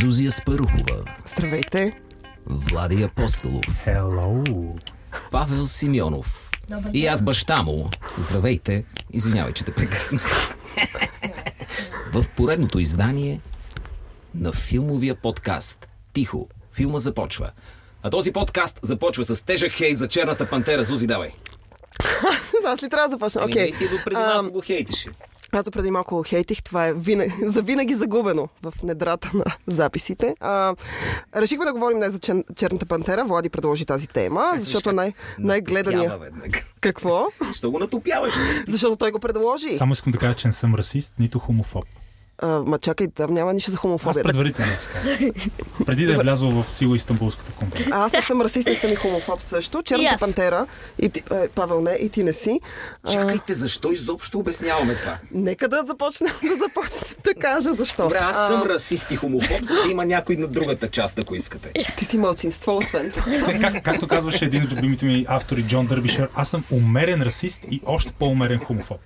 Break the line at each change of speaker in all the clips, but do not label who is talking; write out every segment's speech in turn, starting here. Зузия Спарухова,
Здравейте.
Влади Апостолов,
Hello.
Павел Симеонов и аз баща му. Здравейте, извинявай, че те прекъснах. В поредното издание на филмовия подкаст. Тихо, филма започва. А този подкаст започва с тежък хей за черната пантера. Зузи, давай.
Аз ли трябва да започна?
Ами,
Окей.
не, Ти до преди
Ам,
малко го хейтиш.
Аз до преди малко го хейтих. Това е винаги, завинаги загубено в недрата на записите. А, решихме да говорим днес за чер, Черната пантера. Влади предложи тази тема, защото е най- най-гледания... Какво?
Що го натопяваш?
Защото той го предложи.
Само искам да кажа, че не съм расист, нито хомофоб.
А, ма чакай, там няма нищо за
Аз
хомофобия.
предварително си кажа. Преди да е влязъл в сила Истанбулската конвенция.
А, аз не съм расист, не съм и хомофоб също.
И
Черната
аз.
пантера и е, Павел не, и ти не си. А,
Чакайте, защо изобщо обясняваме това?
Нека да започнем да започнем да кажа защо.
Добре, аз съм
А,
расист и хомофоб, за да има някой на другата част, ако искате.
ти си мълцинство, освен това.
Не, как, както казваше един от любимите ми автори Джон Дърбишер, аз съм умерен расист и още по-умерен хомофоб.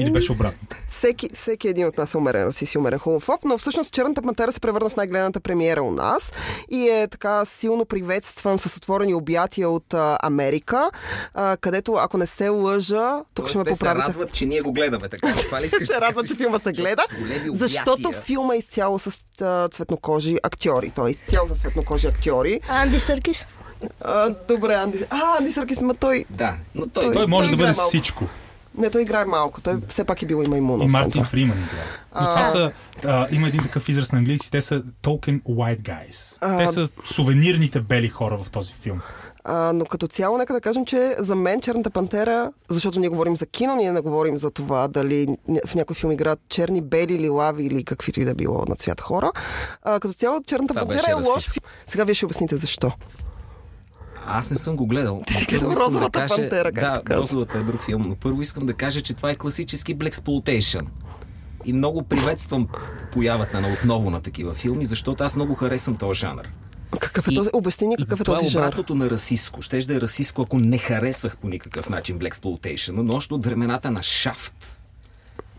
Или беше обратно.
всеки, всеки един от нас е умерен расист и умерен хомофоб, но всъщност Черната пантера се превърна в най-гледаната премиера у нас и е така силно приветстван с отворени обятия от а, Америка, а, където, ако не се лъжа, тук
Тоест,
ще ме
те се
поправите.
радват, че ние го гледаме така. Това ли искаш?
Се радва, че филма се гледа,
С големи обятия.
защото филма е изцяло с а, цветнокожи актьори. Той е изцяло с цветнокожи актьори.
Анди Съркис.
А, добре, Анди. А, Анди Съркис, ма той...
Да, но той...
Той може да
играе
бъде
малко.
всичко.
Не, той играе малко. Той все пак е бил и маймуно.
И
освен
Мартин
това.
Фриман играе. Но това са, а, има един такъв израз на английски, те са token white guys. Те са сувенирните бели хора в този филм.
А, но като цяло, нека да кажем, че за мен Черната пантера, защото ние говорим за кино, ние не говорим за това дали ня- в някой филм играят черни, бели, лилави или каквито и да било на цвят хора. А, като цяло Черната
Това
пантера
беше
е лош
расистско.
филм. Сега вие ще обясните защо.
Аз не съм го гледал.
Ти си
но
гледал
първо искам
«Розовата
да кажа...
пантера», както
Да,
каза.
розовата е друг филм, но първо искам да кажа, че това е класически Blaxploitation. И много приветствам появата на отново на такива филми, защото аз много харесвам този жанр.
Какъв е
И-
този? Обясни ни
и
какъв е
това
този
е
жанр.
обратното на расистско. Щеше да е расистско, ако не харесвах по никакъв начин Black Exploitation, но още от времената на Шафт.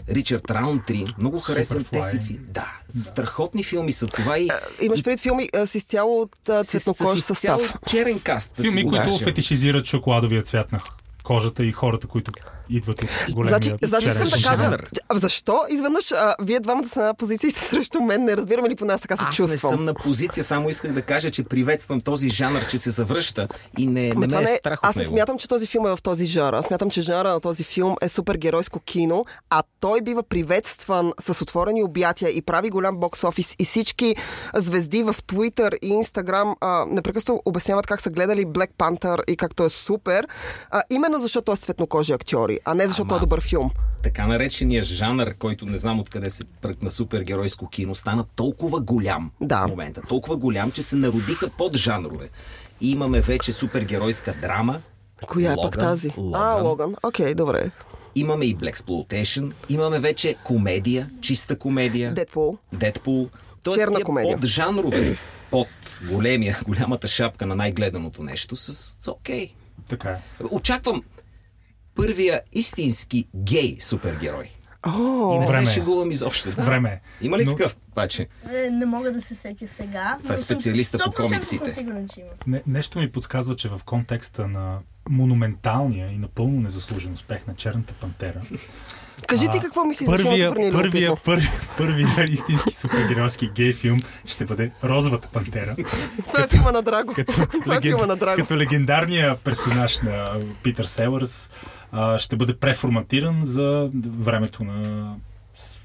Ричард Раундтри. Много харесвам
Superfly.
тези филми. Да, страхотни филми са това и...
Имаш пред филми а, с изцяло от а,
с- с- с
цветнокож състав.
изцяло черен каст. Да си
Филми,
го
които
кажем.
фетишизират шоколадовия цвят на кожата и хората, които идват от големия
Значи, значи
черен
искам да
шоколад.
кажа,
жанр.
а защо изведнъж а, вие двамата сте на една позиция и сте срещу мен, не разбираме ли по нас така се
Аз
чувствам?
не съм на позиция, само исках да кажа, че приветствам този жанр, че се завръща и не, не ме
Ма това
е
не е-
страх от
Аз не
него.
смятам, че този филм е в този жанр. Аз смятам, че жанра на този филм е супергеройско кино, а той бива приветстван с отворени обятия и прави голям бокс офис и всички звезди в Twitter и Instagram а, непрекъснато обясняват как са гледали Black Panther и как той е супер, а, именно защото той е с цветнокожи актьори, а не защото
Ама-
той е добър филм.
Така наречения жанр, който не знам откъде се пръкна супергеройско кино, стана толкова голям
Да.
в момента. Толкова голям, че се народиха поджанрове. И имаме вече супергеройска драма.
Коя е пък
Логан,
тази?
Логан.
А, Логан. Окей, добре.
Имаме и Black Exploitation. Имаме вече комедия, чиста комедия.
Deadpool.
Дедпул. Тоест,
Черна
тия
комедия.
Поджанрове под големия, голямата шапка на най-гледаното нещо с с окей.
Така е.
Очаквам първия истински гей супергерой. И не
Време
се
е.
шегувам изобщо. Да.
Време е.
Има ли
Но-
такъв, обаче?
Е, не мога да се сетя сега.
Това е
но съм-
специалиста по
100%
комиксите.
Съм сигурен, че има.
Не, нещо ми подсказва, че в контекста на монументалния и напълно незаслужен успех на Черната пантера.
Кажи ти
а,
какво мислиш за филма,
първия,
супер ни е
първия,
любопитно.
първия, първия истински супергеройски гей филм ще бъде Розовата пантера.
Това е филма на Драго.
Като,
Това е филма на Драго.
като легендарния персонаж на Питър Селърс а, ще бъде преформатиран за времето на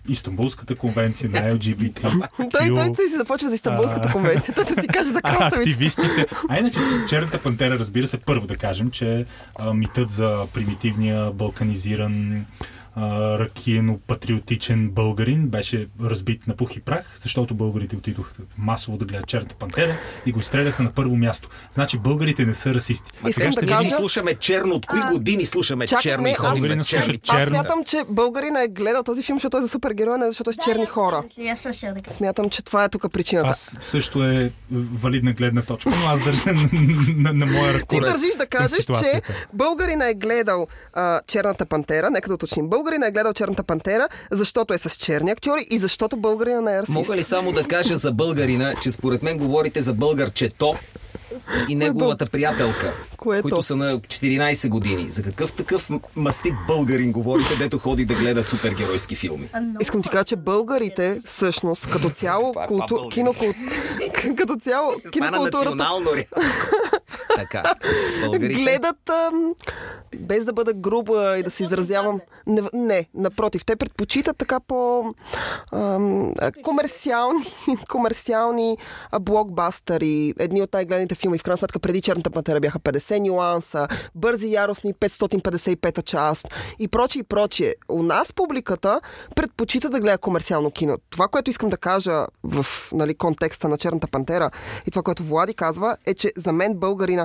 Истанбулската конвенция на LGBT.
Е, Той, той си започва за Истанбулската
А.
конвенция. Той да си каже за
А,
краставицата.
активистите. А иначе Черната пантера, разбира се, първо да кажем, че а, митът за примитивния, балканизиран а, ракиено патриотичен българин беше разбит на пух и прах, защото българите отидоха масово да гледат черната пантера и го изстреляха на първо място. Значи българите не са расисти.
Искам да
ще
Ние
кажа-
видим-
си слушаме черно. От кои години слушаме
Чакай,
черно
не,
и
аз-
ходим на
Аз-
черни?
аз-
Аз
Черни.
смятам, че българина е гледал този филм, защото е за супергерои, не защото е с черни хора.
Я слушах така.
Смятам, че това е тук причината.
Аз също е валидна гледна точка, но аз държа на, на, на моя
Ти
ръкоред.
държиш да кажеш, че
ситуацията.
българина е гледал а, Черната пантера, нека да уточним, българина е гледал Черната пантера, защото е с черни актьори и защото българина не е расист.
Мога ли само да кажа за българина, че според мен говорите за българчето и неговата приятелка,
Кое е то?
които са на 14 години. За какъв такъв м- мастит българин говорите, дето ходи да гледа супергеройски филми?
А, много
Искам ти кажа, че българите всъщност като цяло
Каква е
култу...
бабълга?
кинокулт... като цяло
Стана
кинокултурата
национално ре. така, българите.
гледат ам, без да бъда груба и да се изразявам. Не, не, напротив, те предпочитат така по ам, а, комерциални, комерциални а, блокбастъри. Едни от най-гледаните филми, в крайна сметка, преди Черната пантера бяха 50 нюанса, Бързи и яростни 555 част и прочие и прочие. У нас публиката предпочита да гледа комерциално кино. Това, което искам да кажа в нали, контекста на Черната пантера и това, което Влади казва, е, че за мен българина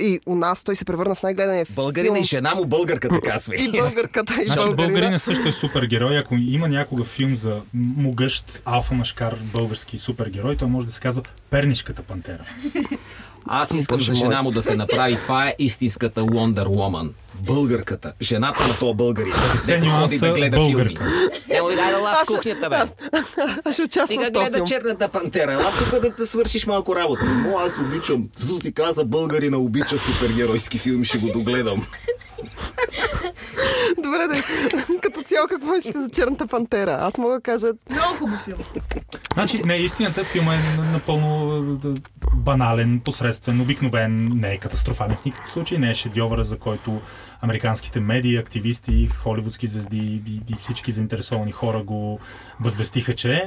и у нас той се превърна в най-гледания
Българина и
филм.
жена му българката казва.
И българката, и
Значи
българина.
българина също е супергерой. Ако има някога филм за могъщ алфа машкар български супергерой, той може да се казва Пернишката пантера.
Аз искам за жена му да се направи. Това е истинската Wonder Woman. Българката. Жената на то българин. Дето ходи да
нюанса
гледа
българка.
филми. Емо, Е, дай да лав
Аз
в
ще-
кухнята, бе.
Аз ще участвам
Стига
в този
гледа
филм.
черната пантера. Ела тук да, да свършиш малко работа. Но аз обичам. Зузи каза, българина обича супергеройски филми. Ще го догледам.
Добре, да. като цяло какво мислите за Черната пантера? Аз мога да кажа,
хубав филм.
Значи, не, истината, филма е на- напълно да, банален, посредствен, обикновен, не е катастрофален в никакъв случай, не е шедьовъра, за който американските медии, активисти, холивудски звезди и, и всички заинтересовани хора го възвестиха, че е.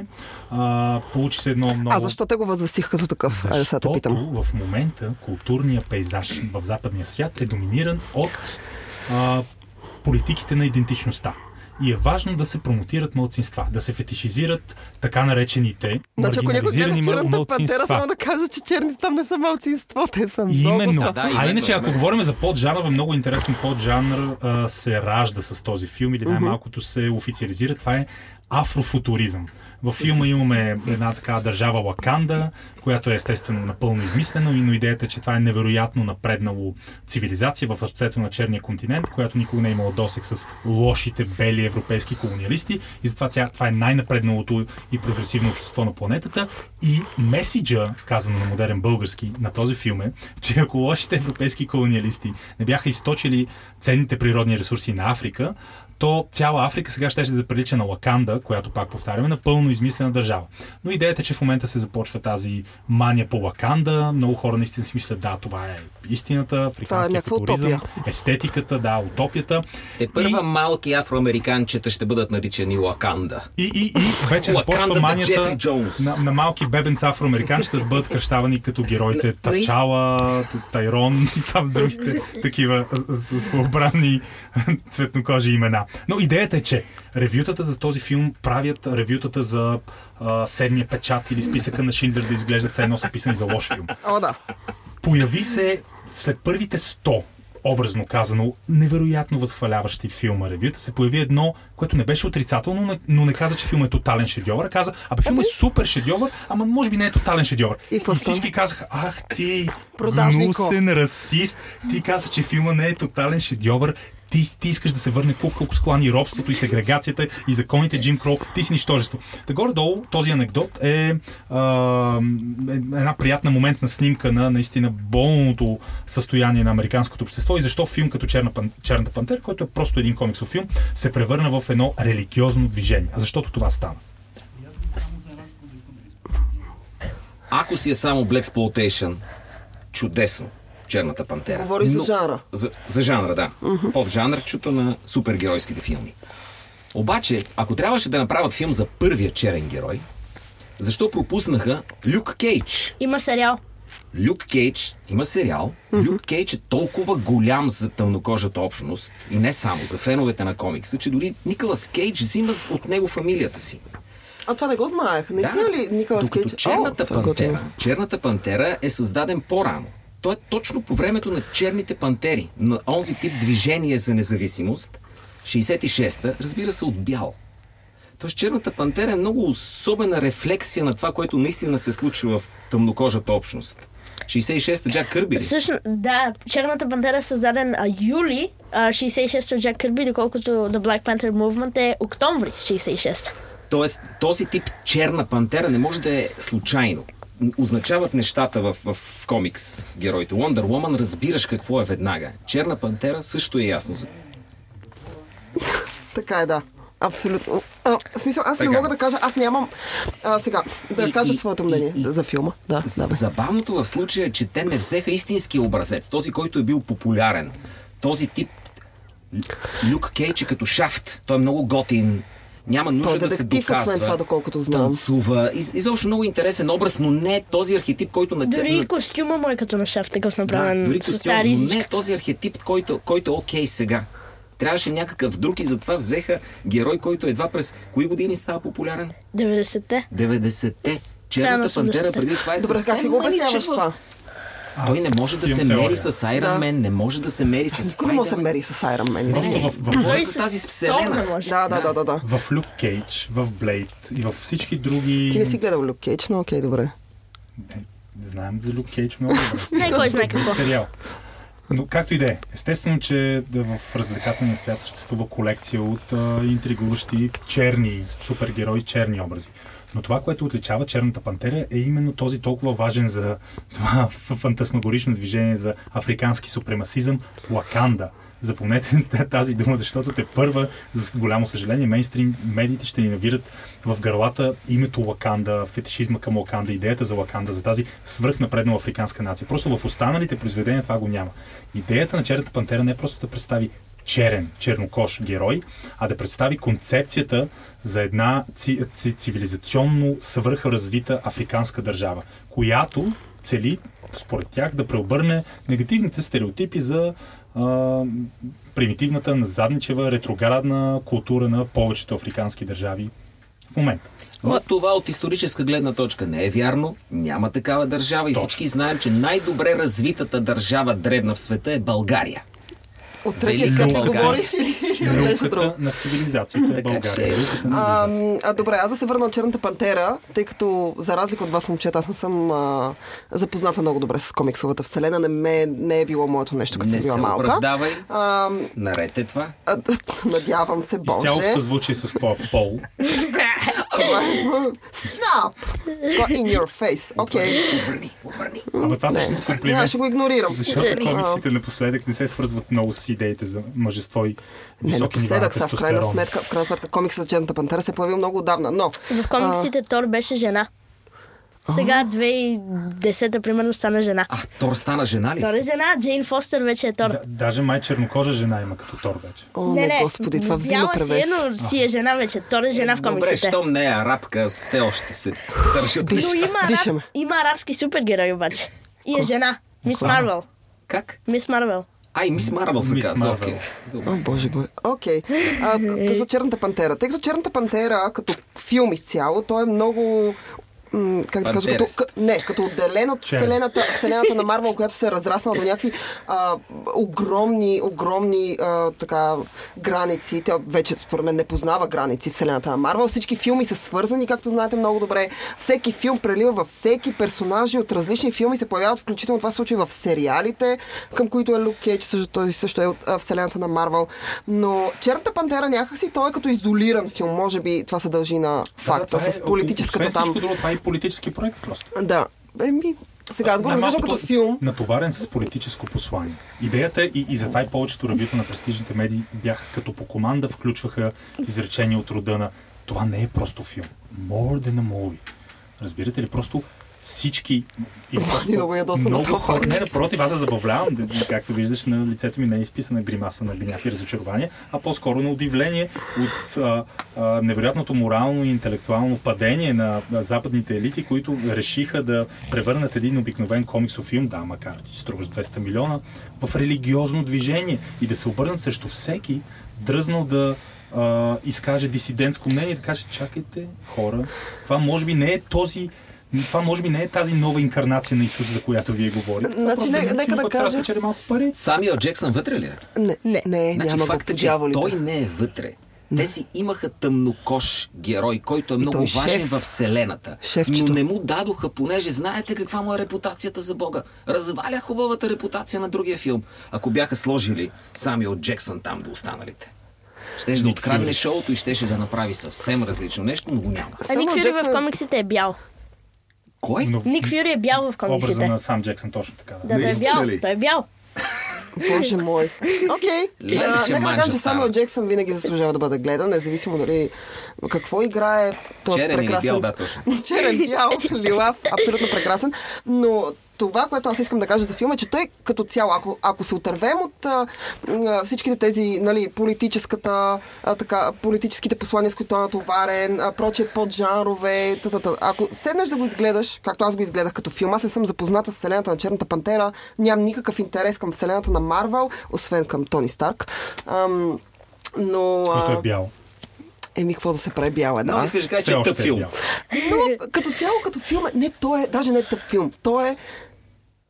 А, получи се едно много...
а защо те го възвестих като такъв? Айде сега те
Защото
питам.
в момента културния пейзаж в западния свят е доминиран от а, политиките на идентичността. И е важно да се промотират мълцинства, да се фетишизират така наречените
Значи ако някой гледа
маргинализирани мъл-
черната пантера, само
мълцинства.
да кажа, че черните там не са малцинство, те са много.
Именно.
са. Да,
а
именно,
иначе, ако
именно.
говорим за поджанрове, много интересен поджанр а, се ражда с този филм или най-малкото се официализира. Това е афрофутуризъм. Във филма имаме една така държава Лаканда, която е естествено напълно измислена, но идеята е, че това е невероятно напреднало цивилизация в сърцето на черния континент, която никога не е имала досек с лошите бели европейски колониалисти и затова тя, това е най-напредналото и прогресивно общество на планетата. И месиджа, казано на модерен български, на този филм е, че ако лошите европейски колониалисти не бяха източили ценните природни ресурси на Африка, то цяла Африка сега ще да прилича на Лаканда, която пак повтаряме, напълно измислена държава. Но идеята е, че в момента се започва тази мания по Лаканда. Много хора наистина си мислят, да, това е истината, африканския
някаква
футуризъм, естетиката, да, утопията.
Те първа малки афроамериканчета ще бъдат наричани Лаканда.
И, и, и вече
Лакандата
започва
Джефри
манията
Джонс.
на, на малки бебенца афроамериканчета да бъдат кръщавани като героите
На- наистина.
Тачала, Т- Тайрон и там другите такива а, с- с- своеобразни цветнокожи имена. Но идеята е, че ревютата за този филм правят ревютата за а, седмия печат или списъка на Шиндер да изглеждат все едно са писани за лош филм.
О, да.
Появи се след първите 100, образно казано, невероятно възхваляващи филма ревюта, се появи едно, което не беше отрицателно, но не- но не каза, че филмът е тотален шедьовър. а Каза, абе филмът е супер шедьовър, ама може би не е тотален шедьовър.
И какво стана? Е,
всички казаха, ах ти,
Продажнико.
гнусен расист, ти каза, че филма не е тотален шедьовър, ти, ти искаш да се върне колко, колко склани робството и сегрегацията и законите Джим Кроу, ти си нищожество. Та горе-долу този анекдот е а, е една приятна моментна снимка на наистина болното състояние на американското общество и защо филм като Черна, пан- Черната пантера, който е просто един комиксов филм, се превърна в едно религиозно движение. А защото това стана?
Ако си е само Black Exploitation, чудесно. Черната пантера.
Говориш за жанра.
За, за жанра, да. Под жанрчето на супергеройските филми. Обаче, ако трябваше да направят филм за първия черен герой, защо пропуснаха Люк Кейдж?
Има сериал.
Люк Кейдж има сериал. Люк Кейдж е толкова голям за тъмнокожата общност и не само за феновете на комикса, че дори Николас Кейдж взима с- от него фамилията си.
А това не го знаех. Не си ли Николас
Докато
Кейдж?
черната,
О, това е
пантера,
готино.
черната пантера е създаден по-рано. Той е точно по времето на черните пантери, на онзи тип движение за независимост, 66-та, разбира се, от бял. Тоест черната пантера е много особена рефлексия на това, което наистина се случва в тъмнокожата общност. 66-та Джак Кърби ли?
Всъщност, да, Черната пантера е създаден а, юли а, 66 от Джак Кърби, доколкото The Black Panther Movement е октомври 66.
Тоест, този тип черна пантера не може да е случайно. Означават нещата в, в комикс героите. Wonder Woman разбираш какво е веднага. Черна пантера също е ясно. за-
Така е, да. Абсолютно. А, в смисъл, аз не
Така.
мога да кажа, аз нямам. А, сега, да
И-
кажа
и-
своето
и-
мнение
и-
за филма. Да,
З-
давай.
Забавното в случая е, че те не взеха истинския образец, този, който е бил популярен. Този тип Лю- Люк Кейч е като шафт. Той е много готин. Няма нужда
Той е
да се
детектив,
доказва.
освен това, доколкото знам.
Танцува. Из, изобщо много интересен образ, но не е този архетип, който на те-
Дори
на-
и костюма му е като на шеф, такъв
Да,
направен
дори
с
костюм,
тази
но
ризичка.
не е този архетип, който, който е окей сега. Трябваше някакъв друг и затова взеха герой, който едва през кои години става популярен?
90-те.
90-те.
Да,
Черната
на 80-те.
пантера преди това е
Добре,
съвсем
как си го обясняваш
мъничък в-
това?
Той не може да
имам
се мери
теория.
с Iron Man, не може да се мери с
Никой не може да се
Spider-Man.
мери с Iron Man.
Не,
изобщо.
не, не.
В- в-
Говоря
Той
за
с
тази
Тор не
вселена.
може.
Да, да, да, да, да.
В Люк Кейдж, в Блейд и във всички други...
Ти не си гледал Люк Кейдж, но окей, добре.
Е, Не, знаем за Люк Кейдж много добре.
Не, кой знае какво.
Сериал. Но както и да е, естествено, че да, в развлекателния свят съществува колекция от а, интригуващи черни супергерои, черни образи. Но това, което отличава Черната пантера е именно този толкова важен за това фантасмагорично движение за африкански супремасизъм Лаканда. Запомнете тази дума, защото те първа, за голямо съжаление, мейнстрим медиите ще ни навират в гърлата името Лаканда, фетишизма към Лаканда, идеята за Лаканда, за тази свръхнапреднала африканска нация. Просто в останалите произведения това го няма. Идеята на Черната пантера не е просто да представи черен, чернокош герой, а да представи концепцията за една ци, ци, цивилизационно свръхразвита африканска държава, която цели, според тях, да преобърне негативните стереотипи за а, примитивната, назадничева, ретроградна култура на повечето африкански държави в момента.
Но това от историческа гледна точка не е вярно. Няма такава държава и
Точно.
всички знаем, че най-добре развитата държава древна в света е България.
От третия
Велико
свят ли
България.
говориш или или от нещо друго?
Науката на цивилизацията е
Така че-
България. Науката на
А,
цивилизацията.
м, а добре, аз да се върна на Черната пантера, тъй като за разлика от вас, момчета, аз не съм а, запозната много добре с комиксовата вселена. Не, ме, не е било моето нещо, като
Не
съм била
се
малка.
оправдавай.
А, м,
Наред е това.
а, надявам се,
Изцяло в
Боже.
съзвучие с това пол.
Това е... Снап! Това е in your face. Окей.
Отвърни, отвърни.
Ама това всъщност
Не, аз
комплимент.
ще го игнорирам.
Защото е комиксите напоследък не се свързват много с идеите за мъжество и
Не,
високи нива на
напоследък са, в крайна
тестостерон.
сметка, в крайна сметка комиксът с Черната пантера се е появил много отдавна, но...
В комиксите Тор беше жена. Сега 2010-та примерно стана жена.
А, Тор стана жена ли?
Тор е
си?
жена, Джейн Фостер вече е Тор.
Да, даже май чернокожа жена има като Тор вече.
О, не, господи, това взима
бяла
превес.
Си, е, но си е жена вече. Тор е жена в
Добре,
комиксите.
щом не е арабка, все още се държат.
Диш-
Но има,
Дишаме.
араб, има арабски супергерой обаче. И е жена. Мис
Кога?
Марвел.
Как?
Мис Марвел.
Ай, мис Марвел се
Мис
казва.
Марвел.
Окей. Добре.
О, боже го. Окей. А, т- За Черната пантера. Тъй като Черната пантера като филм изцяло, той е много м, как да кажа, като,
Пантерест.
к- не, като отделен от
Черен.
вселената, вселената на Марвел, която се е разраснала до някакви а, огромни, огромни а, така, граници. Тя вече според мен не познава граници вселената на Марвел. Всички филми са свързани, както знаете много добре. Всеки филм прелива във всеки персонажи от различни филми се появяват, включително това се случва и в сериалите, към които е Люк Кейдж, също, той също е от а, вселената на Марвел. Но Черната пантера някакси той е като изолиран филм. Може би това се дължи на факта
това е-
с политическата
освен
там.
всичко Друго, това е и политически проект просто.
Да. Еми, сега аз го
Най-малкото
разглеждам като филм.
Натоварен с политическо послание. Идеята е- и, и затова и повечето ревюта на престижните медии бяха като по команда, включваха изречения от рода на това не е просто филм. More than a movie. Разбирате ли? Просто всички... И
Влади, много е ядосана
много
този
хора.
факт.
Не, напротив, аз се забавлявам. Д- д- Както виждаш, на лицето ми не е изписана гримаса на гняв и разочарование, а по-скоро на удивление от а, а, невероятното морално и интелектуално падение на, на западните елити, които решиха да превърнат един обикновен комиксов филм, да, макар ти струваш 200 милиона, в религиозно движение и да се обърнат срещу всеки, дръзнал да а, изкаже дисидентско мнение, да каже, чакайте, хора, това може би не е този това може би не е тази нова инкарнация на Исус, за която вие говорите. Това
Значи,
просто
не-
един
нека
филм,
да
който трябва
кажа-
спечели малко пари.
Самия Джексън вътре ли е?
Не, не,
Не.
не
Значи
няма го
факта,
по
че
дяволите.
той не е вътре. Те си имаха тъмнокош герой, който е много
той е
важен
шеф.
във Вселената.
Шефчето.
Но не му дадоха, понеже знаете каква му е репутацията за Бога. Разваля хубавата репутация на другия филм. Ако бяха сложили Самио Джексън там до останалите. Щеше да открадне шоуто и щеше да направи съвсем различно нещо, но го няма.
А
Само
Ник Фюри
Джексън-
в комиксите е бял.
Кой?
Но
Ник Фюри е бял в
образа
комиксите.
на сам Джексън точно така. Да.
Да, да е
Наистина
бял.
ли?
Той е бял.
Боже мой. Окей.
Леле,
А,
че
Нека да
манджа
кажа, че Самуел
става.
Джексън винаги заслужава да бъде гледан, независимо дали какво играе. Той е
Черен или
прекрасен.
бял, да, точно.
Черен, бял, лилав, абсолютно прекрасен. Но това, което аз искам да кажа за филма, е, че той като цяло, ако, ако се отървем от а, м, всичките тези, нали, политическата, а, така, политическите послания, с които той е товарен, а, прочие поджарове, та, та, та. ако седнеш да го изгледаш, както аз го изгледах като филм, аз не съм запозната с вселената на Черната пантера, нямам никакъв интерес към вселената на Марвел, освен към Тони Старк. Ам, но...
Който
А,
е бял.
еми, какво да се прави бял е, Значи, да.
Много искаш да кажа, че
Все
е
още
тъп
е
филм.
бял.
Но като цяло, като филм, е- не, той е, даже не е тъп филм. Той е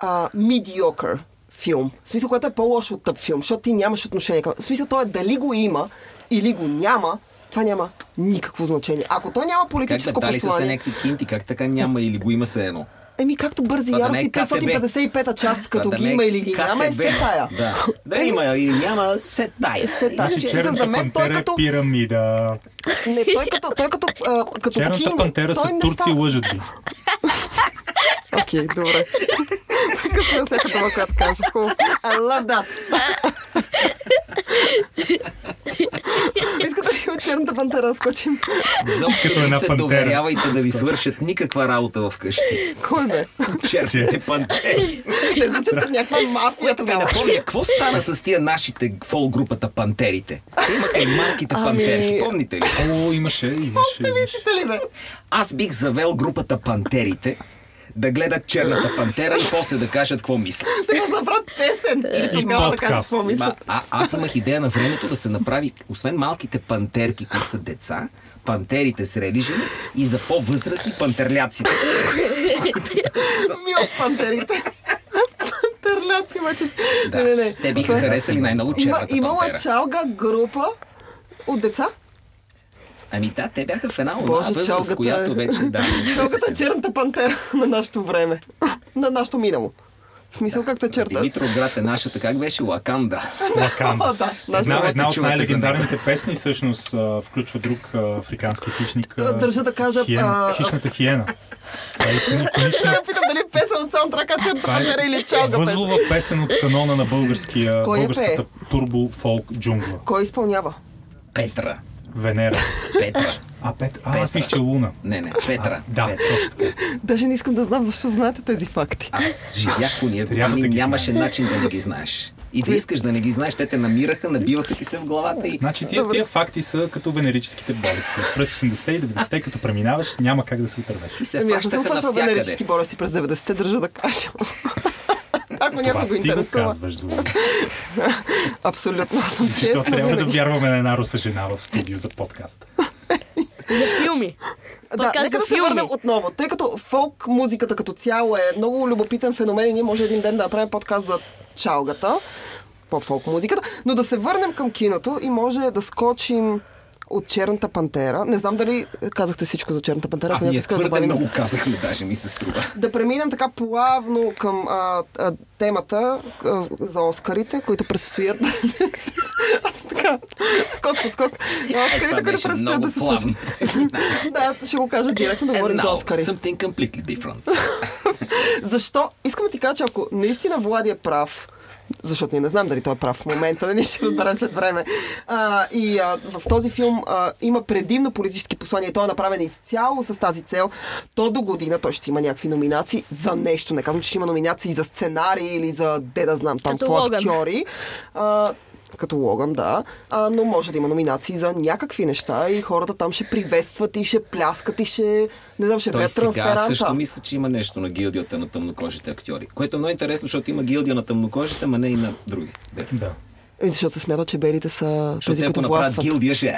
а, медиокър филм. В смисъл, което е по-лошо от тъп филм, защото ти нямаш отношение към... В смисъл, той е дали го има или го няма, това няма никакво значение. Ако той няма
Как да
политическо
дали са се
послание...
някакви кинти, как така няма или го има се едно.
Еми, както бързи
Това да
ярости,
не е КТБ.
555-та част, като
Да
ги
не е
има или ги няма, е
КТБ.
все тая.
Да, да има или няма, се тая.
Се тая. Че-
Значи
за
черната
мен той
пантера
като-
е пирамида.
Не, той е като, той като, а, като кино,
Черната пантера
той
са
не
турци
става.
лъжат ви.
Окей, добре. Прекъсвам всяка дума, която кажа. Хубаво. I love that. Искате ли от черната пантера да скочим?
Изобщо
Като
не
една
се
пантера.
доверявайте да ви свършат никаква работа вкъщи.
Кой бе?
Черните пантери.
Те звучат като някаква мафия
Ме
тогава.
напомня, какво стана с тия нашите фол групата пантерите? Те имаха и малките
Ами-
пантерки, помните ли?
О, имаше, имаше. имаше.
Мислите ли бе?
Аз бих завел групата пантерите да гледат черната пантера и после да кажат какво мислят.
Да го забрат песен. Или
И
тогава да кажат
подкаст.
какво
Ма,
мислят.
а, аз имах идея на времето да се направи, освен малките пантерки, които са деца, пантерите с релижени и за по-възрастни пантерляците.
Мил пантерите. Пантерляци, мачи. Не, не,
Да,
не.
те биха харесали най-много
Има,
черната
имала
пантера.
чалга група от деца.
Ами да, те бяха в една онова
Боже,
възраст,
чалгата
с която
е-
вече да.
Чалгата е черната пантера на нашето време. На нашето минало. В смисъл както е черта.
Димитров е нашата, как беше? Лаканда.
О,
Лаканда.
да. Нашата
Една,
още
една от
чувате за
най-легендарните песни всъщност а, включва друг а, африкански хищник. а,
Държа да кажа,
хиена,
а,
хищната хиена. Ами, А, икон- иконична-
Ще питам дали е песен от саундтрака Черната
Това
пантера или
е
Чалга песен.
възлова песен от канона на българския,
Кой е я
българската турбо-фолк джунгла.
Кой изпълнява?
Петра.
Венера.
Петра.
А, пет, а аз
Петра.
мисля, че Луна.
Не, не, Петра.
Да,
Петра.
точно.
Даже не искам да знам защо знаете тези факти.
Аз живях в уния
Трябва да
години,
ги
нямаше начин да не ги знаеш. И да искаш да не ги знаеш, те те намираха, набиваха ти се в главата и...
Значи тия,
Добре.
тия факти са като венерическите болести. През 80-те и 90-те, като преминаваш, няма как да се отървеш.
И се
Ами аз не съм
фащаха
фащала
навсякъде.
венерически болести през 90-те, държа да кажа. Ако някой
Това
го
ти го
интересува.
казваш, Зоя.
Абсолютно, аз съм
Защо
честна.
трябва да
винаги.
вярваме на една руса жена в студио за подкаст?
Филми.
Да,
Подкаст
нека
за
да се
филми.
върнем отново. Тъй като фолк музиката като цяло е много любопитен феномен и ние може един ден да направим подкаст за чалгата, по фолк музиката, но да се върнем към киното и може да скочим от Черната пантера. Не знам дали казахте всичко за Черната пантера, ако
А,
някой
ние
иска да
Ами, твърде
добави.
много казахме, даже ми се струва.
Да преминем така плавно към а, а, темата а, за Оскарите, които предстоят. Аз така, скок под скок.
Е, това
Оскарите, които
беше
предстоят
много
да се
плавно.
случат. Да, ще го кажа директно, да говорим
And
за
now,
Оскари.
Е, нали, something completely different.
Защо? Искам да ти кажа, че ако наистина Влади е прав, защото ние не знам дали той е прав в момента, ние ще разберем след време. А, и а, в този филм а, има предимно политически послания и той е направен изцяло с тази цел. То до година той ще има някакви номинации за нещо. Не казвам, че ще има номинации за сценарии или за де да знам там,
Като
какво
Логан.
актьори. А, като Логан, да, а, но може да има номинации за някакви неща и хората там ще приветстват и ще пляскат и ще, не знам, ще
Той
веят
сега
транспаранта.
също мисля, че има нещо на гилдията на тъмнокожите актьори. Което е много интересно, защото има гилдия на тъмнокожите, ма не и на други. Бе.
Да.
Е, Защото се смята, че белите са
Защото
тези,
те, ако
които
направят
властват.
гилдия, ще...
Е,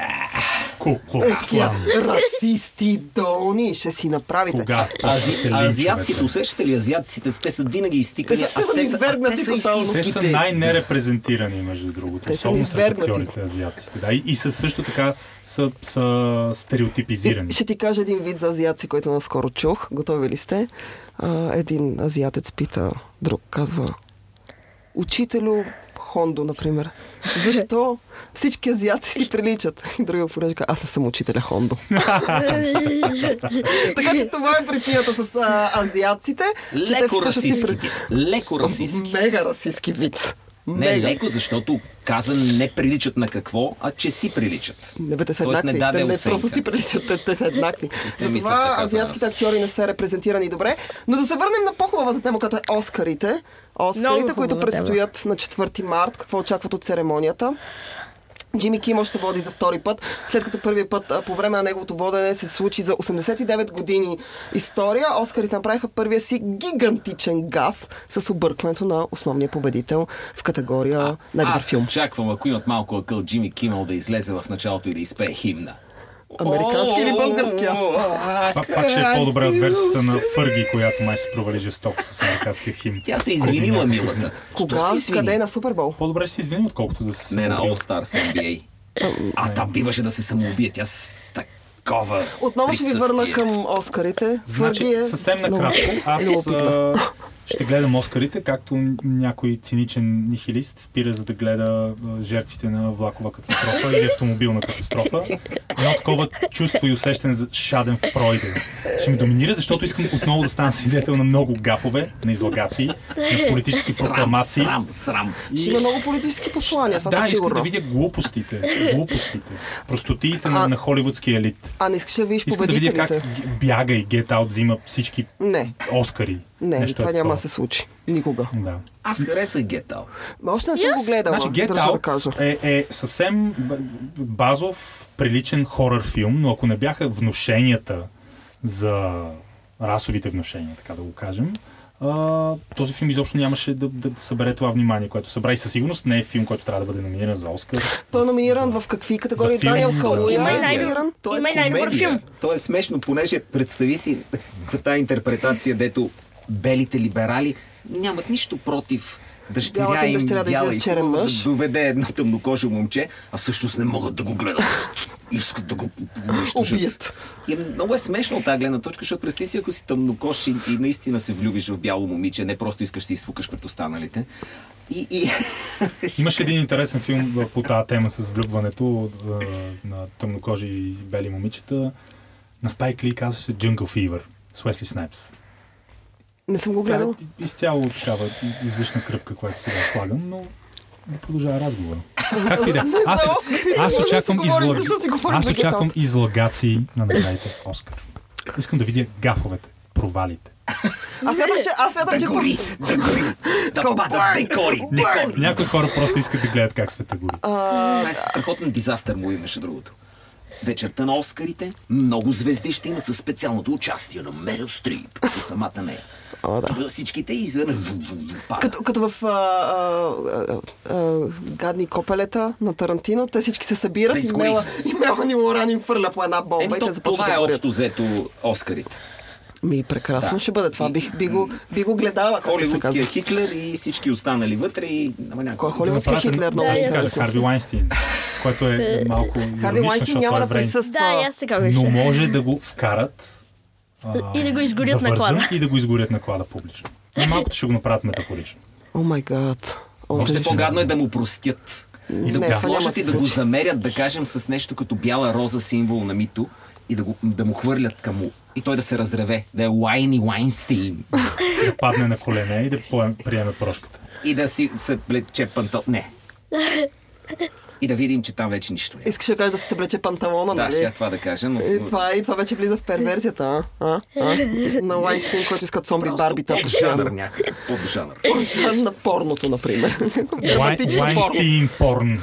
Кул, кул,
Такива Расисти, долни, ще си направите. Е,
Кога?
Ази...
Още ли,
Азиатците,
човек?
усещате ли азиатците? Те са винаги изтикани,
Те са
а те са, а
извергнати
те са
тотално.
Те са
истинските.
най-нерепрезентирани, между другото.
Те са
Особено с
извергнати.
актьорите азиатите. Да, и, и са също така са, са стереотипизирани.
И ще ти кажа един вид за азиаци, който наскоро чух. Готови ли сте? А, един азиатец пита друг, казва Учителю Хондо, например. Защо всички азиаци си приличат? И другия поръчка, аз не съм учителя Хондо. така че това е причината с а, азиатците. че те
Леко
всъщност си
расистски.
при-
Леко расистски.
Мега расистски вид.
Не
Мега.
леко, защото каза не приличат на какво, а че си приличат.
Не бе, те са
Тоест,
еднакви.
не даде
те не
оценка.
просто си приличат, те, те са еднакви.
те мислят така
Затова
за нас.
азиатските актьори не са репрезентирани добре. Но да се върнем на по-хубавата тема, като е Оскарите. Оскарите,
Много
които
хубава тема.
предстоят на 4 март. Какво очакват от церемонията? Джимми Кимъл ще води за втори път, след като първият път а, по време на неговото водене се случи за 89 години история. Оскарите направиха първия си гигантичен гаф с объркването на основния победител в категория най-добър
Аз
филм.
очаквам, ако имат малко акъл, Джимми Кимъл да излезе в началото и да изпее химна.
Американски или българския?
Това пак ще е по-добре от версията на Фърги, която май се провали жестоко с американския хим.
Тя се е извинила, милата.
Кога?
Що се
Къде? е
извини?
На Супербол?
По-добре ще се извиним, отколкото да се
Не на
самоубил.
All Stars NBA. А та биваше да се самоубие. Тя с такова
Отново ще ви
присъствие.
върна към Оскарите.
Значи,
Фърги е
съвсем
много-
накратко, аз
любопитна.
а, ще гледам Оскарите, както някой циничен нихилист спира за да гледа а, жертвите на влакова катастрофа или автомобилна катастрофа. Едно такова чувство и усещане за шаден Фройден. Ще ми доминира, защото искам отново да стана свидетел на много гафове, на излагации, на политически
Срам,
прокламации.
срам, срам.
Ще има много политически послания, Е, това
Да,
съм
искам да
сигурна.
видя глупостите, глупостите, простотиите
А-
на, на холивудския елит.
А не искаш да видиш
Искам да видя
победителите?
как г- бяга и Get Out взима всички
Не.
Оскари.
Не,
Нещо
това
е
няма
такова.
да се случи. Никога.
Да.
Аз харесах Get Out.
Ма Още не съм го гледала,
Значи Get
държа да кажа.
Out е, е съвсем б- базов, приличен хорър филм, но ако не бяха вношенията за расовите вношения, така да го кажем, а, този филм изобщо нямаше да, да събере това внимание, което събра и със сигурност не е филм, който трябва да бъде номиниран за Оскар.
Той е номиниран в какви категории?
за филм,
Даниел
за-
Калуя
Има и
е
най-
номиниран.
Той е
Има и най-добър
комедия.
филм.
То е смешно, понеже представи си каква е интерпретация, дето белите либерали нямат нищо против дъщеря
Бялата им
им,
дъщеря да
бяла
излезе
и
черен
хубава,
мъж.
да доведе едно тъмнокожо момче, а всъщност не могат да го гледат. Искат да го унищожат.
Убият.
И е много е смешно от тази гледна точка, защото представи си, ако си тъмнокош и, и наистина се влюбиш в бяло момиче, не просто искаш да си изфукаш пред останалите. И, и...
Имаше един интересен филм а, по тази тема с влюбването а, на тъмнокожи и бели момичета. На Спайк Ли казваше се Jungle Fever с Уесли Снайпс.
Не съм го гледала.
Тя е изцяло такава излишна кръпка, която сега слагам, но да продължава разговора. Както и да. Аз,
за Оскар.
аз
Може да
очаквам,
си говорим,
излаг...
защо си говорим
аз
за
очаквам
Get
излагации на наградите Оскар. Искам да видя гафовете, провалите.
Аз смятам, че... Аз
Да
смятам, че...
гори, да гори, да падат декори, декори.
Някои хора просто искат да гледат как света гори.
Това е страхотен дизастър му имаше другото. Вечерта на Оскарите много звезди ще има със специалното участие на Мерил Стрип. Като самата не.
О, да.
Тогава Всичките и изведнъж ву- ву- ву- пада.
Като, като в а, а, а, а, гадни копелета на Тарантино, те всички се събират
Да
и,
изгори.
Мела, и Мела ни Лоран им фърля по една
Еми,
бомба и те
то,
започват
това
да
е
горят.
общо взето Оскарите.
Ми, прекрасно
Да.
ще бъде това. Бих, би, го, би го гледала, както се казва.
Холивудския Хитлер и всички останали вътре и... Ама някой-
Кой е Холивудския
Направят
Хитлер?
едно-
Много
да,
ми
ще кажа,
интересно.
Харви Лайнстин, което е малко
Харви
иронично,
Лайнстин
защото
няма
е
да
време.
присъства.
Да, и аз така
Но
мисля.
може да го вкарат а,
И да го изгорят на
завързан
клада.
И да го изгорят на клада публично. И малкото ще го направят метафорично.
О май гад. О,
Още
тъжно.
по-гадно е да му простят. И да
Не,
го
това няма
сложат
да
и
се
да го
случи.
замерят, да кажем, с нещо като бяла роза, символ на мито, и да, го, да му хвърлят към му. И той да се разреве. Да е Лайни Лайнстейн.
Да падне на колене и да поем- приеме прошката.
и да си се плече пантал. Не. И да видим, че там вече нищо не е.
Искаш да кажеш да се облече панталона,
Да,
нали?
ще това да кажа, но...
И това, и това вече влиза в перверзията, а? а? а? На лайфстин, който искат сомбри барбита.
Поджанър
е
някакъв. Поджанър.
Жанр на порното, например. Драматичен порно.
Лайнстин порн.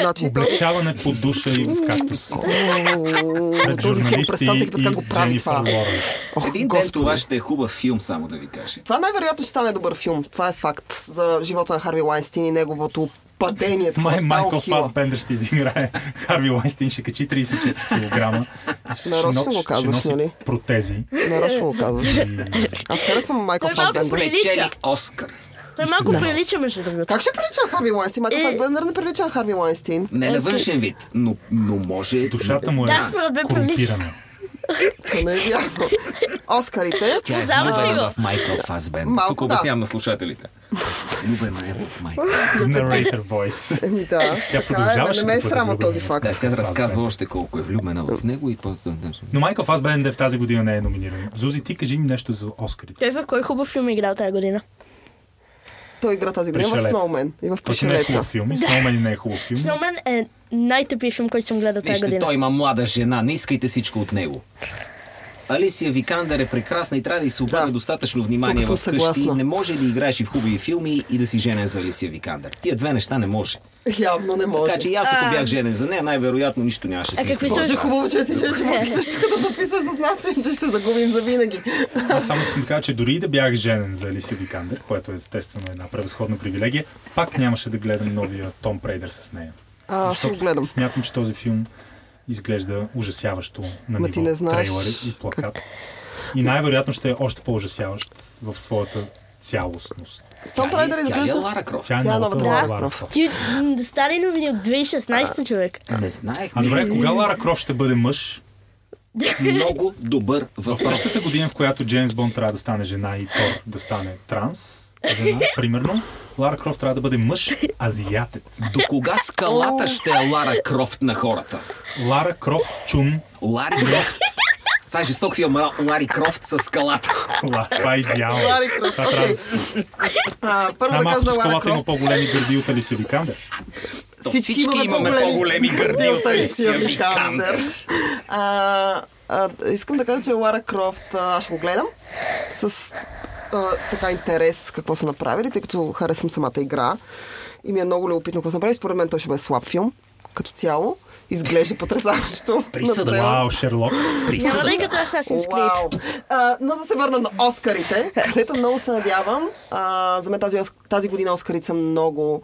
Значи, той-
Облечаване под душа и в кактус. Пред
Този си го
журналисти
представя всеки път как
и
го прави
Дженнифър
това.
Лоренс.
Ох,
Един ден
господи.
това ще е хубав филм, само да ви кажа.
Това най-вероятно ще стане добър филм. Това е факт за живота на Харви Лайнстин и неговото падение. такова
Май Майкъл
даунхила.
Фасбендер ще изиграе. Харви Лайнстин ще качи 34 кг.
Нарочно го казваш, нали?
Протези.
Нарочно го казваш. Аз харесвам Майкъл
Той малко
Фасбендер.
Прилича.
Спечели Оскар.
Той малко прилича, между другото.
Как ще прилича на Харви Лайнстин? Майкъл
Е.
Фасбендер не прилича на Харви Лайнстин.
Не на външен вид, но, но може...
Душата му е
Да, според мен прилича.
корумпирана.
Това не е вярно. Оскарите.
Тя е
Познаваш ли
влюбена
го?
в Майкъл Фасбен.
Малко
Тук
да.
обяснявам на слушателите. Любена е в Майкъл.
С Narrator Voice.
Еми Е, да.
Тя
Така е,
продължаваше
не ме е
да бъде
срам от
влюбена.
този факт.
Да, сега разказва още колко е влюбена в него и после...
Но Майкъл Фасбендер тази година не е номиниран. Зузи, ти кажи ми нещо за Оскарите.
Той в кой хубав филм е играл тази година?
Той игра тази година в
Пришелец.
Сноумен и в
Той си не е
Пришелеца.
хубав филм. И Сноумен не е хубав филм.
Сноумен е най-тъпият филм, който съм гледал тази
Вижте,
е година.
той има млада жена, не искайте всичко от него. Алисия Викандър е прекрасна и трябва да й се обърне
Да.
достатъчно внимание
Тук съм
в къщи.
съгласна.
Не може да играеш и в хубави филми и да си женен за Алисия Викандър. Тия две неща не може.
Явно не може.
Така че и аз ако бях женен за нея, най-вероятно нищо нямаше смисъл.
е, какви
да
са-
Боже,
правя.
е хубаво, че си жеш, можеш тук да записваш с начин, че ще загубим за винаги.
Аз само искам да кажа, че дори и да бях женен за Алисия Викандер, което е естествено една превъзходна привилегия, пак нямаше да гледам новия Том Прейдър с нея.
А, ще го
Защото
гледам.
Смятам, че този филм изглежда ужасяващо на
Ма
ниво
ти не знаеш
трейлери и плакат. И най-вероятно ще е още по-ужасяващ в своята цялостност.
Том
Тя ли-
Прайдер
Тя ли е
изглежда...
Лара Крофт?
Тя е
Тя е
новата
новата
Лара
Лара
Крофт.
Ти м, стари новини от 2016 човек.
Не знаех.
А добре, кога Лара Крофт ще бъде мъж?
Много добър
В
въпрос.
същата година, в която Джеймс Бонд трябва да стане жена и Тор да стане транс, жена, примерно, Лара Крофт трябва да бъде мъж азиатец.
До кога скалата ще е Лара Крофт на хората?
Лара Крофт Чун.
Лари Крофт. Това е жесток филм. Ла- Лари Крофт с скалата.
Ла- Това е идеално.
Лари Крофт,
Това трябва
окей.
да се случи.
А, първо да
Най-малко
кажа на Лара
скалата има
Крофт.
по-големи гърди от Алисия Викандер.
То
Всички
всички
имаме
имаме
по-големи
по-големи гърди от Алисия Викандер.
А, а, искам да кажа, че Лара Крофт, а, аз ще го гледам с а, така интерес какво са направили, тъй като харесвам самата игра и ми е много любопитно какво са направили. Според мен той ще бъде слаб филм като цяло. Изглежда потрясаващо.
Присъда,
На трейлър.
Вау, Шерлок.
Няма да
Присъда.
е като Assassin's Creed.
Уау! А, но да се върна на Оскарите, където много се надявам. А, за мен тази, Ос- тази година Оскарите са много...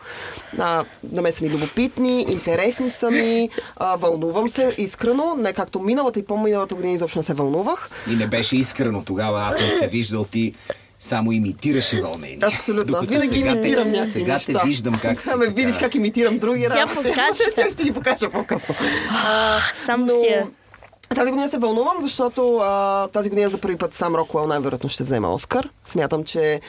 А, на мен са ми любопитни, интересни са ми, а, вълнувам се искрено. Не както миналата и по-миналата година изобщо не се вълнувах.
И не беше искрено тогава. Аз съм те виждал ти само имитираше вълнение.
Абсолютно. Аз
Докато
винаги
сега те-
имитирам някакви
Сега
неща.
те виждам как си.
Абе,
така.
видиш как имитирам други
Сега
работи.
покажете.
Ще ги покажа по-късно.
Сам си е.
Тази година се вълнувам, защото а, тази година за първи път сам Рокуел най-вероятно ще вземе Оскар. Смятам, че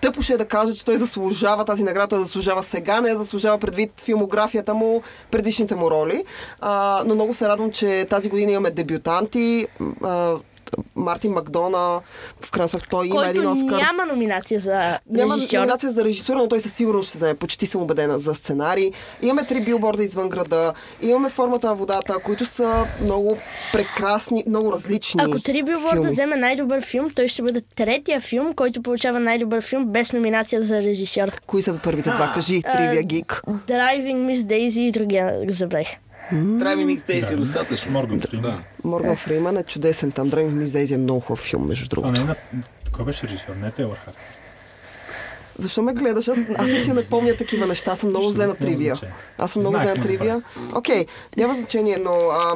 тъпо ще е да кажа, че той заслужава тази награда, той заслужава сега, не я заслужава предвид филмографията му, предишните му роли. А, но много се радвам, че тази година имаме дебютанти. А, Мартин Макдона, в крайна сметка той има един
Който
Оскар.
няма номинация за
Няма
режисьор.
номинация за режисура, но той със сигурност ще вземе. Почти съм убедена за сценарий. Имаме три билборда извън града. Имаме формата на водата, които са много прекрасни, много различни.
Ако Три билборда
филми.
вземе най-добър филм, той ще бъде третия филм, който получава най-добър филм без номинация за режисьор.
Кои са първите два? Кажи, Тривия гик.
Driving Miss Daisy и другия го забравих.
Трябва ми те си достатъчно.
Морган Фримен.
Да.
Морган Фриман е чудесен там. Дрънг ми излезе много хубав филм, между
Това не
другото.
е на... Кой беше режисьор? Не е Тейлър Хак.
Защо ме гледаш? Аз, аз не си напомня такива неща. Аз съм много
Нищо,
зле на
няма
тривия.
значение.
Аз съм много
Знаех,
зле на
но
тривия. Окей, няма значение, но а,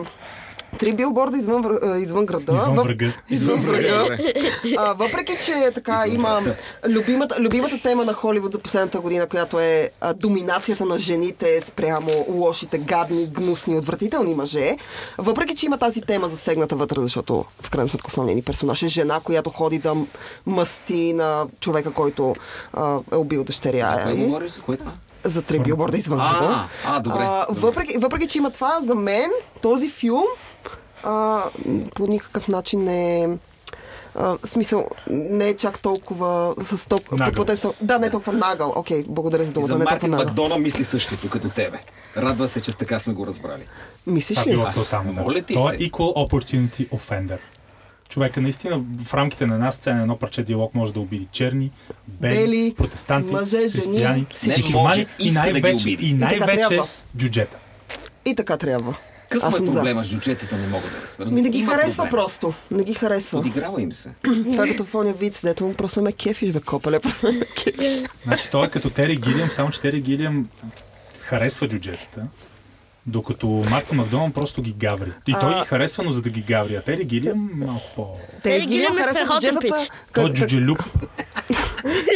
три билборда извън, вър- а, извън града.
Извън
в-
врага.
Извън врага.
Добре.
А, въпреки, че така
Извън
има
врата.
любимата, любимата тема на Холивуд за последната година, която е а, доминацията на жените спрямо лошите, гадни, гнусни, отвратителни мъже, въпреки, че има тази тема засегната вътре, защото в крайна сметка основният ни персонаж е жена, която ходи да м- мъсти на човека, който а, е убил
За
дъщеря.
кое
й.
говориш? За кое това?
За три билборда извън
А,
града.
а, добре, добре.
Въпреки, въпреки, че има това, за мен този филм а, по никакъв начин не е А, в смисъл, не е чак толкова с толкова...
Нагъл.
препотенствал- Да, не е толкова нагъл. Окей, благодаря за думата.
За
Не е толкова
Мартин
нагъл.
Макдона мисли същото като тебе. Радва се, че с така сме го разбрали.
Мислиш
Това
ли?
било целта му, да.
моля ти
Той
се.
е equal opportunity offender. Човека наистина в рамките на една сцена едно парче диалог може да обиди черни, бели,
Бели,
протестанти,
мъже, жени,
християни,
всички.
Не може,
мусулмани и
иска да ги
най-вече,
обиди.
и
И така
най-вече
трябва.
джуджета.
И така трябва. Аз
Какъв
съм
му е
за.
проблема с джуджетата, не мога да разбера.
Ми не ги
Има
харесва
проблем.
просто. Не ги харесва.
Подиграва им се.
Това е като фоня вид, дето му просто ме кефиш, бе, копале. Просто ме кефиш.
Значи той е като Тери Гилиам, само че Тери Гилиам харесва джуджетата, докато Марко Макдоналд просто ги гаври. И той ги харесва, но за да ги гаври. А Тери Гилиам малко по...
Тери
Гилиам
Гилиам е
харесва
страхотен
джуджетата,
пич.
Той е
как- как-
джуджелюб.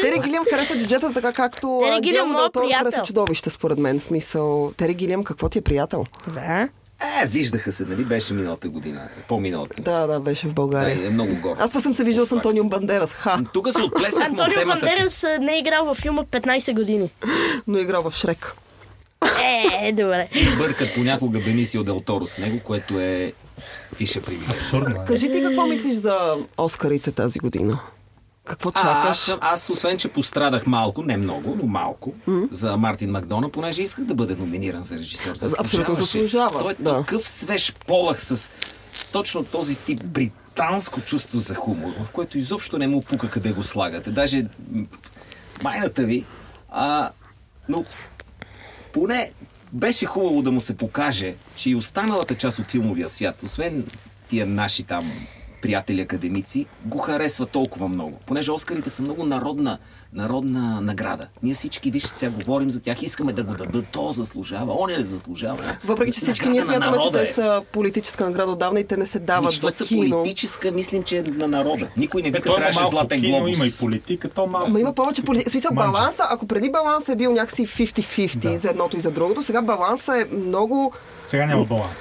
Тери Гилиам харесва джуджета така както
Тери
а,
Гилиам,
Гилиам
моя
Дел Торо
приятел.
харесва чудовище, според мен. В Смисъл, Тери Гилиам, какво ти е приятел?
Да.
Е, виждаха се, нали? Беше миналата година. По-миналата.
Да, да, беше в България.
Да, е много гордо.
Аз па съм се виждал с Антонио Бандерас, ха,
Тук се отплеснахме от
Антонио
темата.
Бандерас а, не е играл във филма 15 години.
но играл в Шрек.
Е, добре.
Бъркат понякога Бенисио Дел Торо с него, което е фиша привилегия.
Абсурдно е.
Кажи ти какво мислиш за Оскарите тази година? Какво
А,
чакаш?
аз, съм- аз, освен, че пострадах малко, не много, но малко, за Мартин Макдона, понеже исках да бъде номиниран за режисьор.
Абсолютно
Заслужаваше.
заслужава,
Той е
да.
такъв свеж полах с точно този тип британско чувство за хумор, в което изобщо не му пука къде го слагате. Даже м, майната ви, а, но поне беше хубаво да му се покаже, че и останалата част от филмовия свят, освен тия наши там приятели академици, го харесва толкова много. Понеже Оскарите са много народна, народна награда. Ние всички, вижте, сега говорим за тях, искаме да го дадат. То заслужава, он не заслужава.
Въпреки, че всички ние
Награда на
смятаме, че
народа
те
е.
са политическа награда отдавна и те не се
Ами,
дават за
Защото са
кино.
политическа, мислим, че е на народа. Никой не
Е,
вика,
той има
трябваше
малко
златен
кино,
глобус.
има и политика, то е малко...
Ма има повече полити... в Смисъл,
Манджа.
баланса, ако преди баланса е бил някакси 50-50
Да.
за едното и за другото, сега баланса е много...
Сега няма баланс.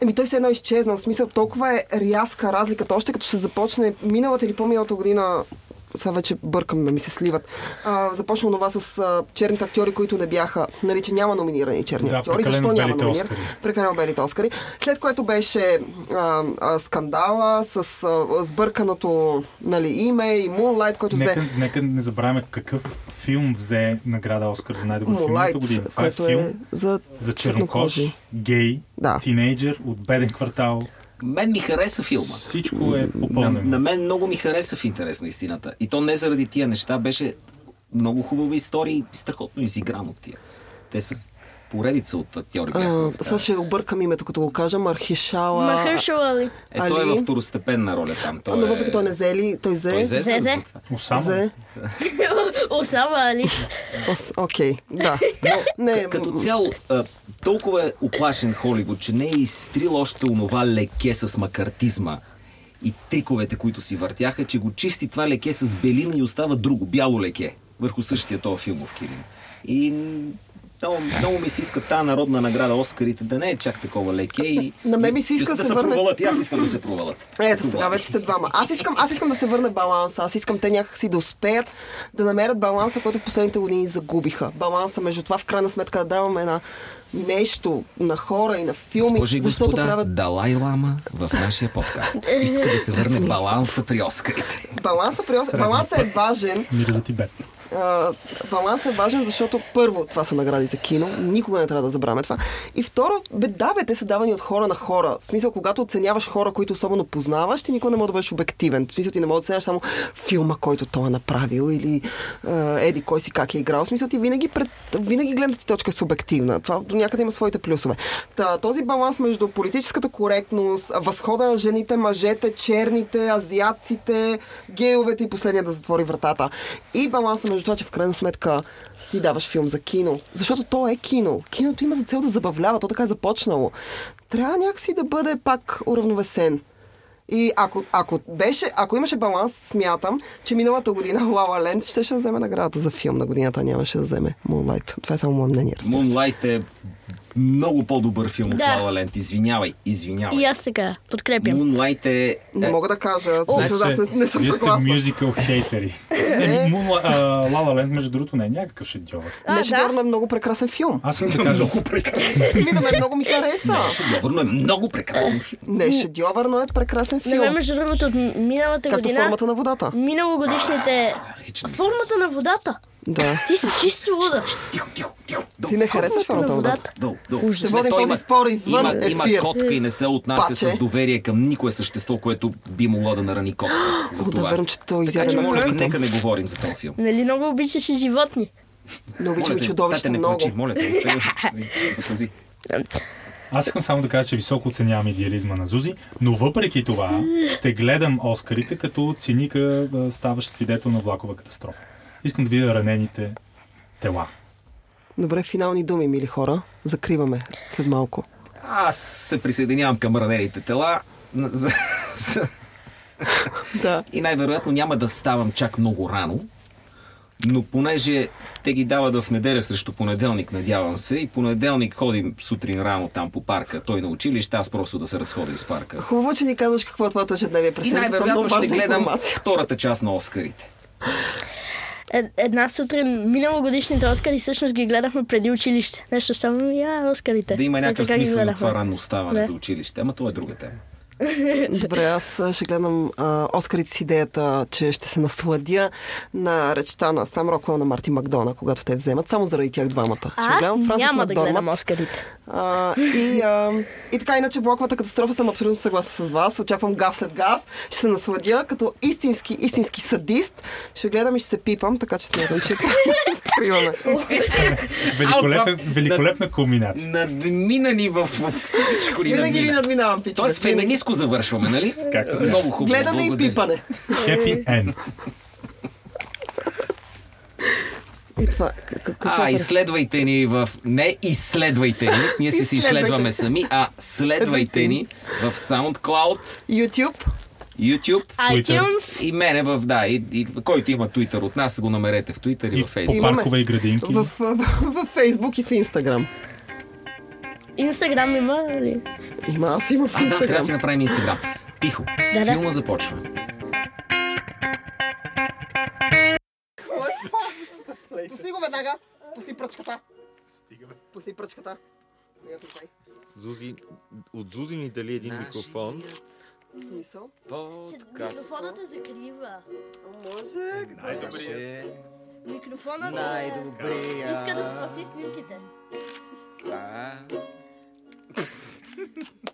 Еми той все едно е изчезнал. В смисъл, толкова е рязка разликата. Още като се започне миналата или по-миналата година сега вече бъркаме, ми се сливат. А, започна това с а, черните актьори, които не бяха, нали, че няма номинирани черни
Да,
актьори.
прекалено
Защо няма
белите
номинирани?
Оскари.
Прекалено белите Оскари. След което беше а, а, скандала с а, сбърканото нали, име и Moonlight, който взе...
Нека, нека не забравяме какъв филм взе награда Оскар за най-добър филм
Moonlight,
миналата година. Това е
който
филм
е за,
за чернокож, гей,
Да.
тинейджър от беден квартал.
Мен ми хареса филма.
Всичко е
На,
попълнено.
на мен много ми хареса в интерес на истината. И то не заради тия неща. Беше много хубава история и страхотно изиграно тия. Те са поредица от актьори. бяха
А,
в
сега
тази.
ще объркам името, като го кажа. Мархишала...
Махършала ли?
Е, той е
Али?
във второстепенна роля там. Той
Но
е...
въпреки той не зели, той
Той
зе.
взе
Взе,
за-
взе.
за това.
Осама.
Зе.
Осама ли?
Ос- Окей, да. Но, не,
Като цяло, а, толкова е оплашен Холивуд, че не е изтрил още онова леке с макартизма и триковете, които си въртяха, че го чисти това леке с белина и остава друго, бяло леке, върху същия този филмов килим. И м, много, много ми се иска тази народна награда Оскарите да не е чак такова леке. И,
На мен ми се иска
да
да
се
се върне-
провалят. И аз искам да се провалят.
Ето, сега вече сте двама. Аз искам, аз искам да се върне баланса. Аз искам те някакси да успеят да намерят баланса, който в последните години загубиха. Баланса между това, в крайна сметка, да даваме на нещо на хора и на филми,
Госпожи и
защото
господа,
правят
Далай Лама в нашия подкаст иска да се върне баланса при Оскарите.
баланса. При...
Средно.
Баланса е важен.
Мира за Тибет.
А, балансът е важен, защото първо, това са наградите кино, никога не трябва да забравяме това. И второ, бе, да, бе, те са давани от хора на хора. В смисъл, когато оценяваш хора, които особено познаваш, ти никога не може да бъдеш обективен. В смисъл, ти не можеш да оценяваш само филма, който той е направил или а, еди, кой си как е играл. В смисъл, ти винаги, пред, винаги гледната ти точка е субективна. Това до някъде има своите плюсове. Та, този баланс между политическата коректност, възхода на жените, мъжете, черните, азиатците, гейовете и последния да затвори вратата. И баланса между това, че в крайна сметка ти даваш филм за кино. Защото то е кино. Киното има за цел да забавлява. То така е започнало. Трябва някакси да бъде пак уравновесен. И ако, ако, беше, ако имаше баланс, смятам, че миналата година Лала Ленд ще ще вземе наградата за филм на годината, а нямаше да вземе Moonlight. Това е само мое мнение, разбира се.
Moonlight е много по-добър филм от
Да.
La La Land. Извинявай,
И
извинявай.
аз така подкрепям.
Moonlight е...
Не мога да кажа.
Значи,
Значи, аз не, не съм
вие сте
съгласна. Е.
мюзикъл хейтери. Еми, Мумла- а, La La Land, между другото, не е някакъв шедьовър.
А,
Не,
да?
Шедьовър е много прекрасен филм.
Аз съм да кажа,
Много прекрасен.
Ми да ме много ми хареса.
Не, шедьовър, но е много прекрасен филм.
Не, Шедьовър, но е прекрасен
На мен,
филм.
между другото, от м- миналата
Като
година...
формата на водата.
Миналогодишните...
Лично.
Формата на водата.
Да.
Ти си чисто луда.
Шш, Тихо, тихо, тихо. долу,
Ти не
долу,
харесваш
на
формата на водата.
водата.
Долу, долу.
Ужас.
Ще водим този
Той има-
спор извън
има, има
ефир.
котка и не се отнася
Паче.
с доверие към никое същество, което би могло да нарани котка. За
О, да
това.
верно, че той
така че,
изяде на
моля ви,
кръвта.
нека не говорим за този филм.
Нали много обичаш и животни?
Не обичам
Моля те,
чудовище
тате, не
много.
кричи, моля те, остани. запази.
Аз искам само да кажа, че високо оценявам идеализма на Зузи, но въпреки това ще гледам Оскарите, като циника а, ставаш свидетел на влакова катастрофа. Искам да видя ранените тела.
Добре, финални думи, мили хора. Закриваме след малко.
Аз се присъединявам към ранените тела. на- за- за-
Да.
И най-вероятно няма да ставам чак много рано, но понеже те ги дават в неделя срещу понеделник, надявам се, и понеделник ходим сутрин рано там по парка, той на училище, аз просто да се разходя из парка.
Хубаво, че ни казваш какво е това точно дневие
И
представител.
най-вероятно ще гледам
Информация.
втората част на Оскарите.
Е- една сутрин миналогодишните Оскари всъщност ги гледахме преди училище. Нещо само я Оскарите.
Да има
Е,
някакъв
така ги
смисъл на
гледахме.
това ранно ставане
Да.
за училище, ама това е друга тема.
Добре, аз а, ще гледам а, Оскарите с идеята, че ще се насладя на речта на Сам Роквел на Марти Макдона, когато те вземат, само заради тях двамата.
А аз
Франсис
няма да гледам
Макдорманд.
Оскарите.
А, и, а, и така, иначе влоковата катастрофа съм абсолютно съгласна с вас. Очаквам гав след гав. Ще се насладя като истински, истински садист. Ще гледам и ще се пипам, така че смятам, че е трябва да закриваме.
А,
Великолепна,
това-
великолепна комбинация.
Надминани в, в всичко ни
Винаги ви
надмина.
надминавам, пичове.
Тоест
Винаги.
феминистко завършваме, нали?
Както трябва.
Много хубаво.
Гледане и
благодаря.
пипане.
Happy end.
И това, к- к- какво
А,
е?
изследвайте ни в... Не изследвайте ни, ние си се
Изследвайте.
изследваме сами, а следвайте ни в SoundCloud,
YouTube.
YouTube
iTunes.
и мене в... Да, и, и който има Twitter от нас, го намерете в Twitter и,
И
в
по
Facebook.
Имаме.
паркове и градинки.
В, в, в, в Facebook и в Instagram.
Инстаграм има нали? ли?
Има, аз имам в
А, да, трябва да си
Instagram.
направим Instagram. Тихо.
Да, да.
Филма започва.
Пусни го веднага. Пусни пръчката. Пусни пръчката. Не я пипай.
Зузи, от Зузи ни дали един микрофон.
В Смисъл?
Подкаст.
е закрива.
Може. какво е?
Микрофонът е
Най-добрия.
иска да спаси снимките.
А.